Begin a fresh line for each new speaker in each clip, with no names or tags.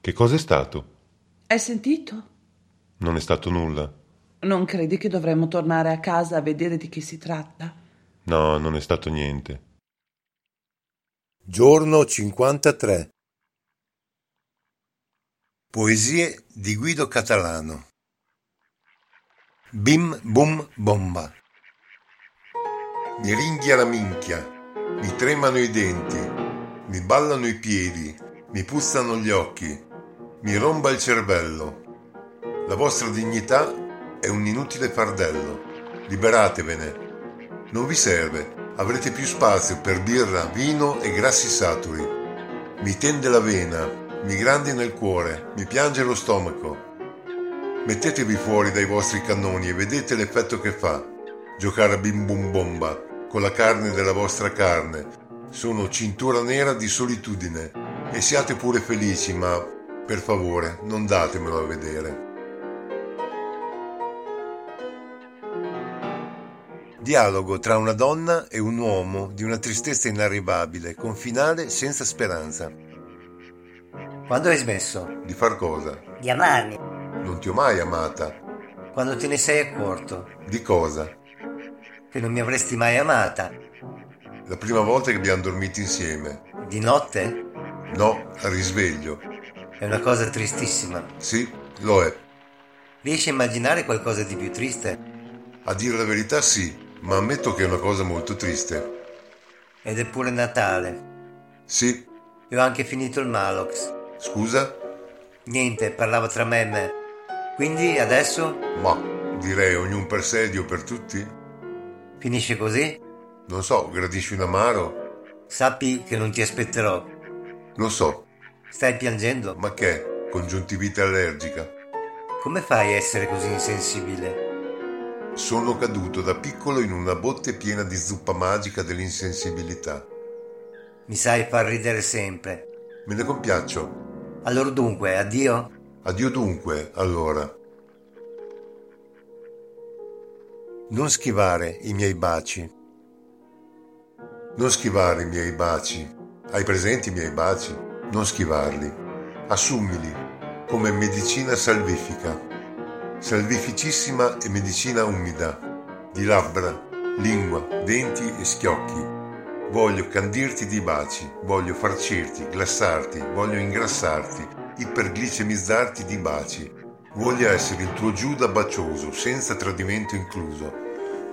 Che cos'è stato?
Hai sentito?
Non è stato nulla.
Non credi che dovremmo tornare a casa a vedere di che si tratta?
No, non è stato niente.
Giorno 53 Poesie di Guido Catalano Bim bum bomba
Mi ringhia la minchia, mi tremano i denti, mi ballano i piedi, mi puzzano gli occhi, mi romba il cervello. La vostra dignità è un inutile fardello. Liberatevene. Non vi serve. Avrete più spazio per birra, vino e grassi saturi. Mi tende la vena, mi grandina il cuore, mi piange lo stomaco. Mettetevi fuori dai vostri cannoni e vedete l'effetto che fa. Giocare a bim bum bomba con la carne della vostra carne. Sono cintura nera di solitudine e siate pure felici, ma per favore non datemelo a vedere.
Dialogo tra una donna e un uomo di una tristezza inarrivabile, con finale senza speranza.
Quando hai smesso?
Di far cosa?
Di amarmi.
Non ti ho mai amata.
Quando te ne sei accorto?
Di cosa?
Che non mi avresti mai amata.
La prima volta che abbiamo dormito insieme.
Di notte?
No, al risveglio.
È una cosa tristissima.
Sì, lo è.
Riesci a immaginare qualcosa di più triste?
A dire la verità sì, ma ammetto che è una cosa molto triste.
Ed è pure Natale.
Sì.
E ho anche finito il Malox.
Scusa?
Niente, parlavo tra me e me. Quindi adesso?
Ma direi ognuno per sé, Dio per tutti.
Finisce così?
Non so, gradisci un amaro?
Sappi che non ti aspetterò.
Lo so.
Stai piangendo?
Ma che? Congiuntivite allergica.
Come fai a essere così insensibile?
Sono caduto da piccolo in una botte piena di zuppa magica dell'insensibilità.
Mi sai far ridere sempre.
Me ne compiaccio.
Allora dunque, addio?
Addio dunque, allora.
Non schivare i miei baci.
Non schivare i miei baci. Hai presenti i miei baci? Non schivarli. Assumili come medicina salvifica. Salvificissima e medicina umida. Di labbra, lingua, denti e schiocchi. Voglio candirti di baci, voglio farcirti, glassarti, voglio ingrassarti, iperglicemizzarti di baci. Voglio essere il tuo Giuda bacioso, senza tradimento incluso.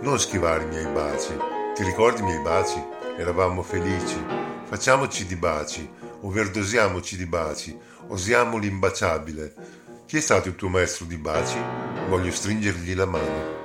Non schivare i miei baci. Ti ricordi i miei baci? Eravamo felici. Facciamoci di baci, overdosiamoci di baci, osiamo l'imbaciabile. Chi è stato il tuo maestro di baci? Voglio stringergli la mano.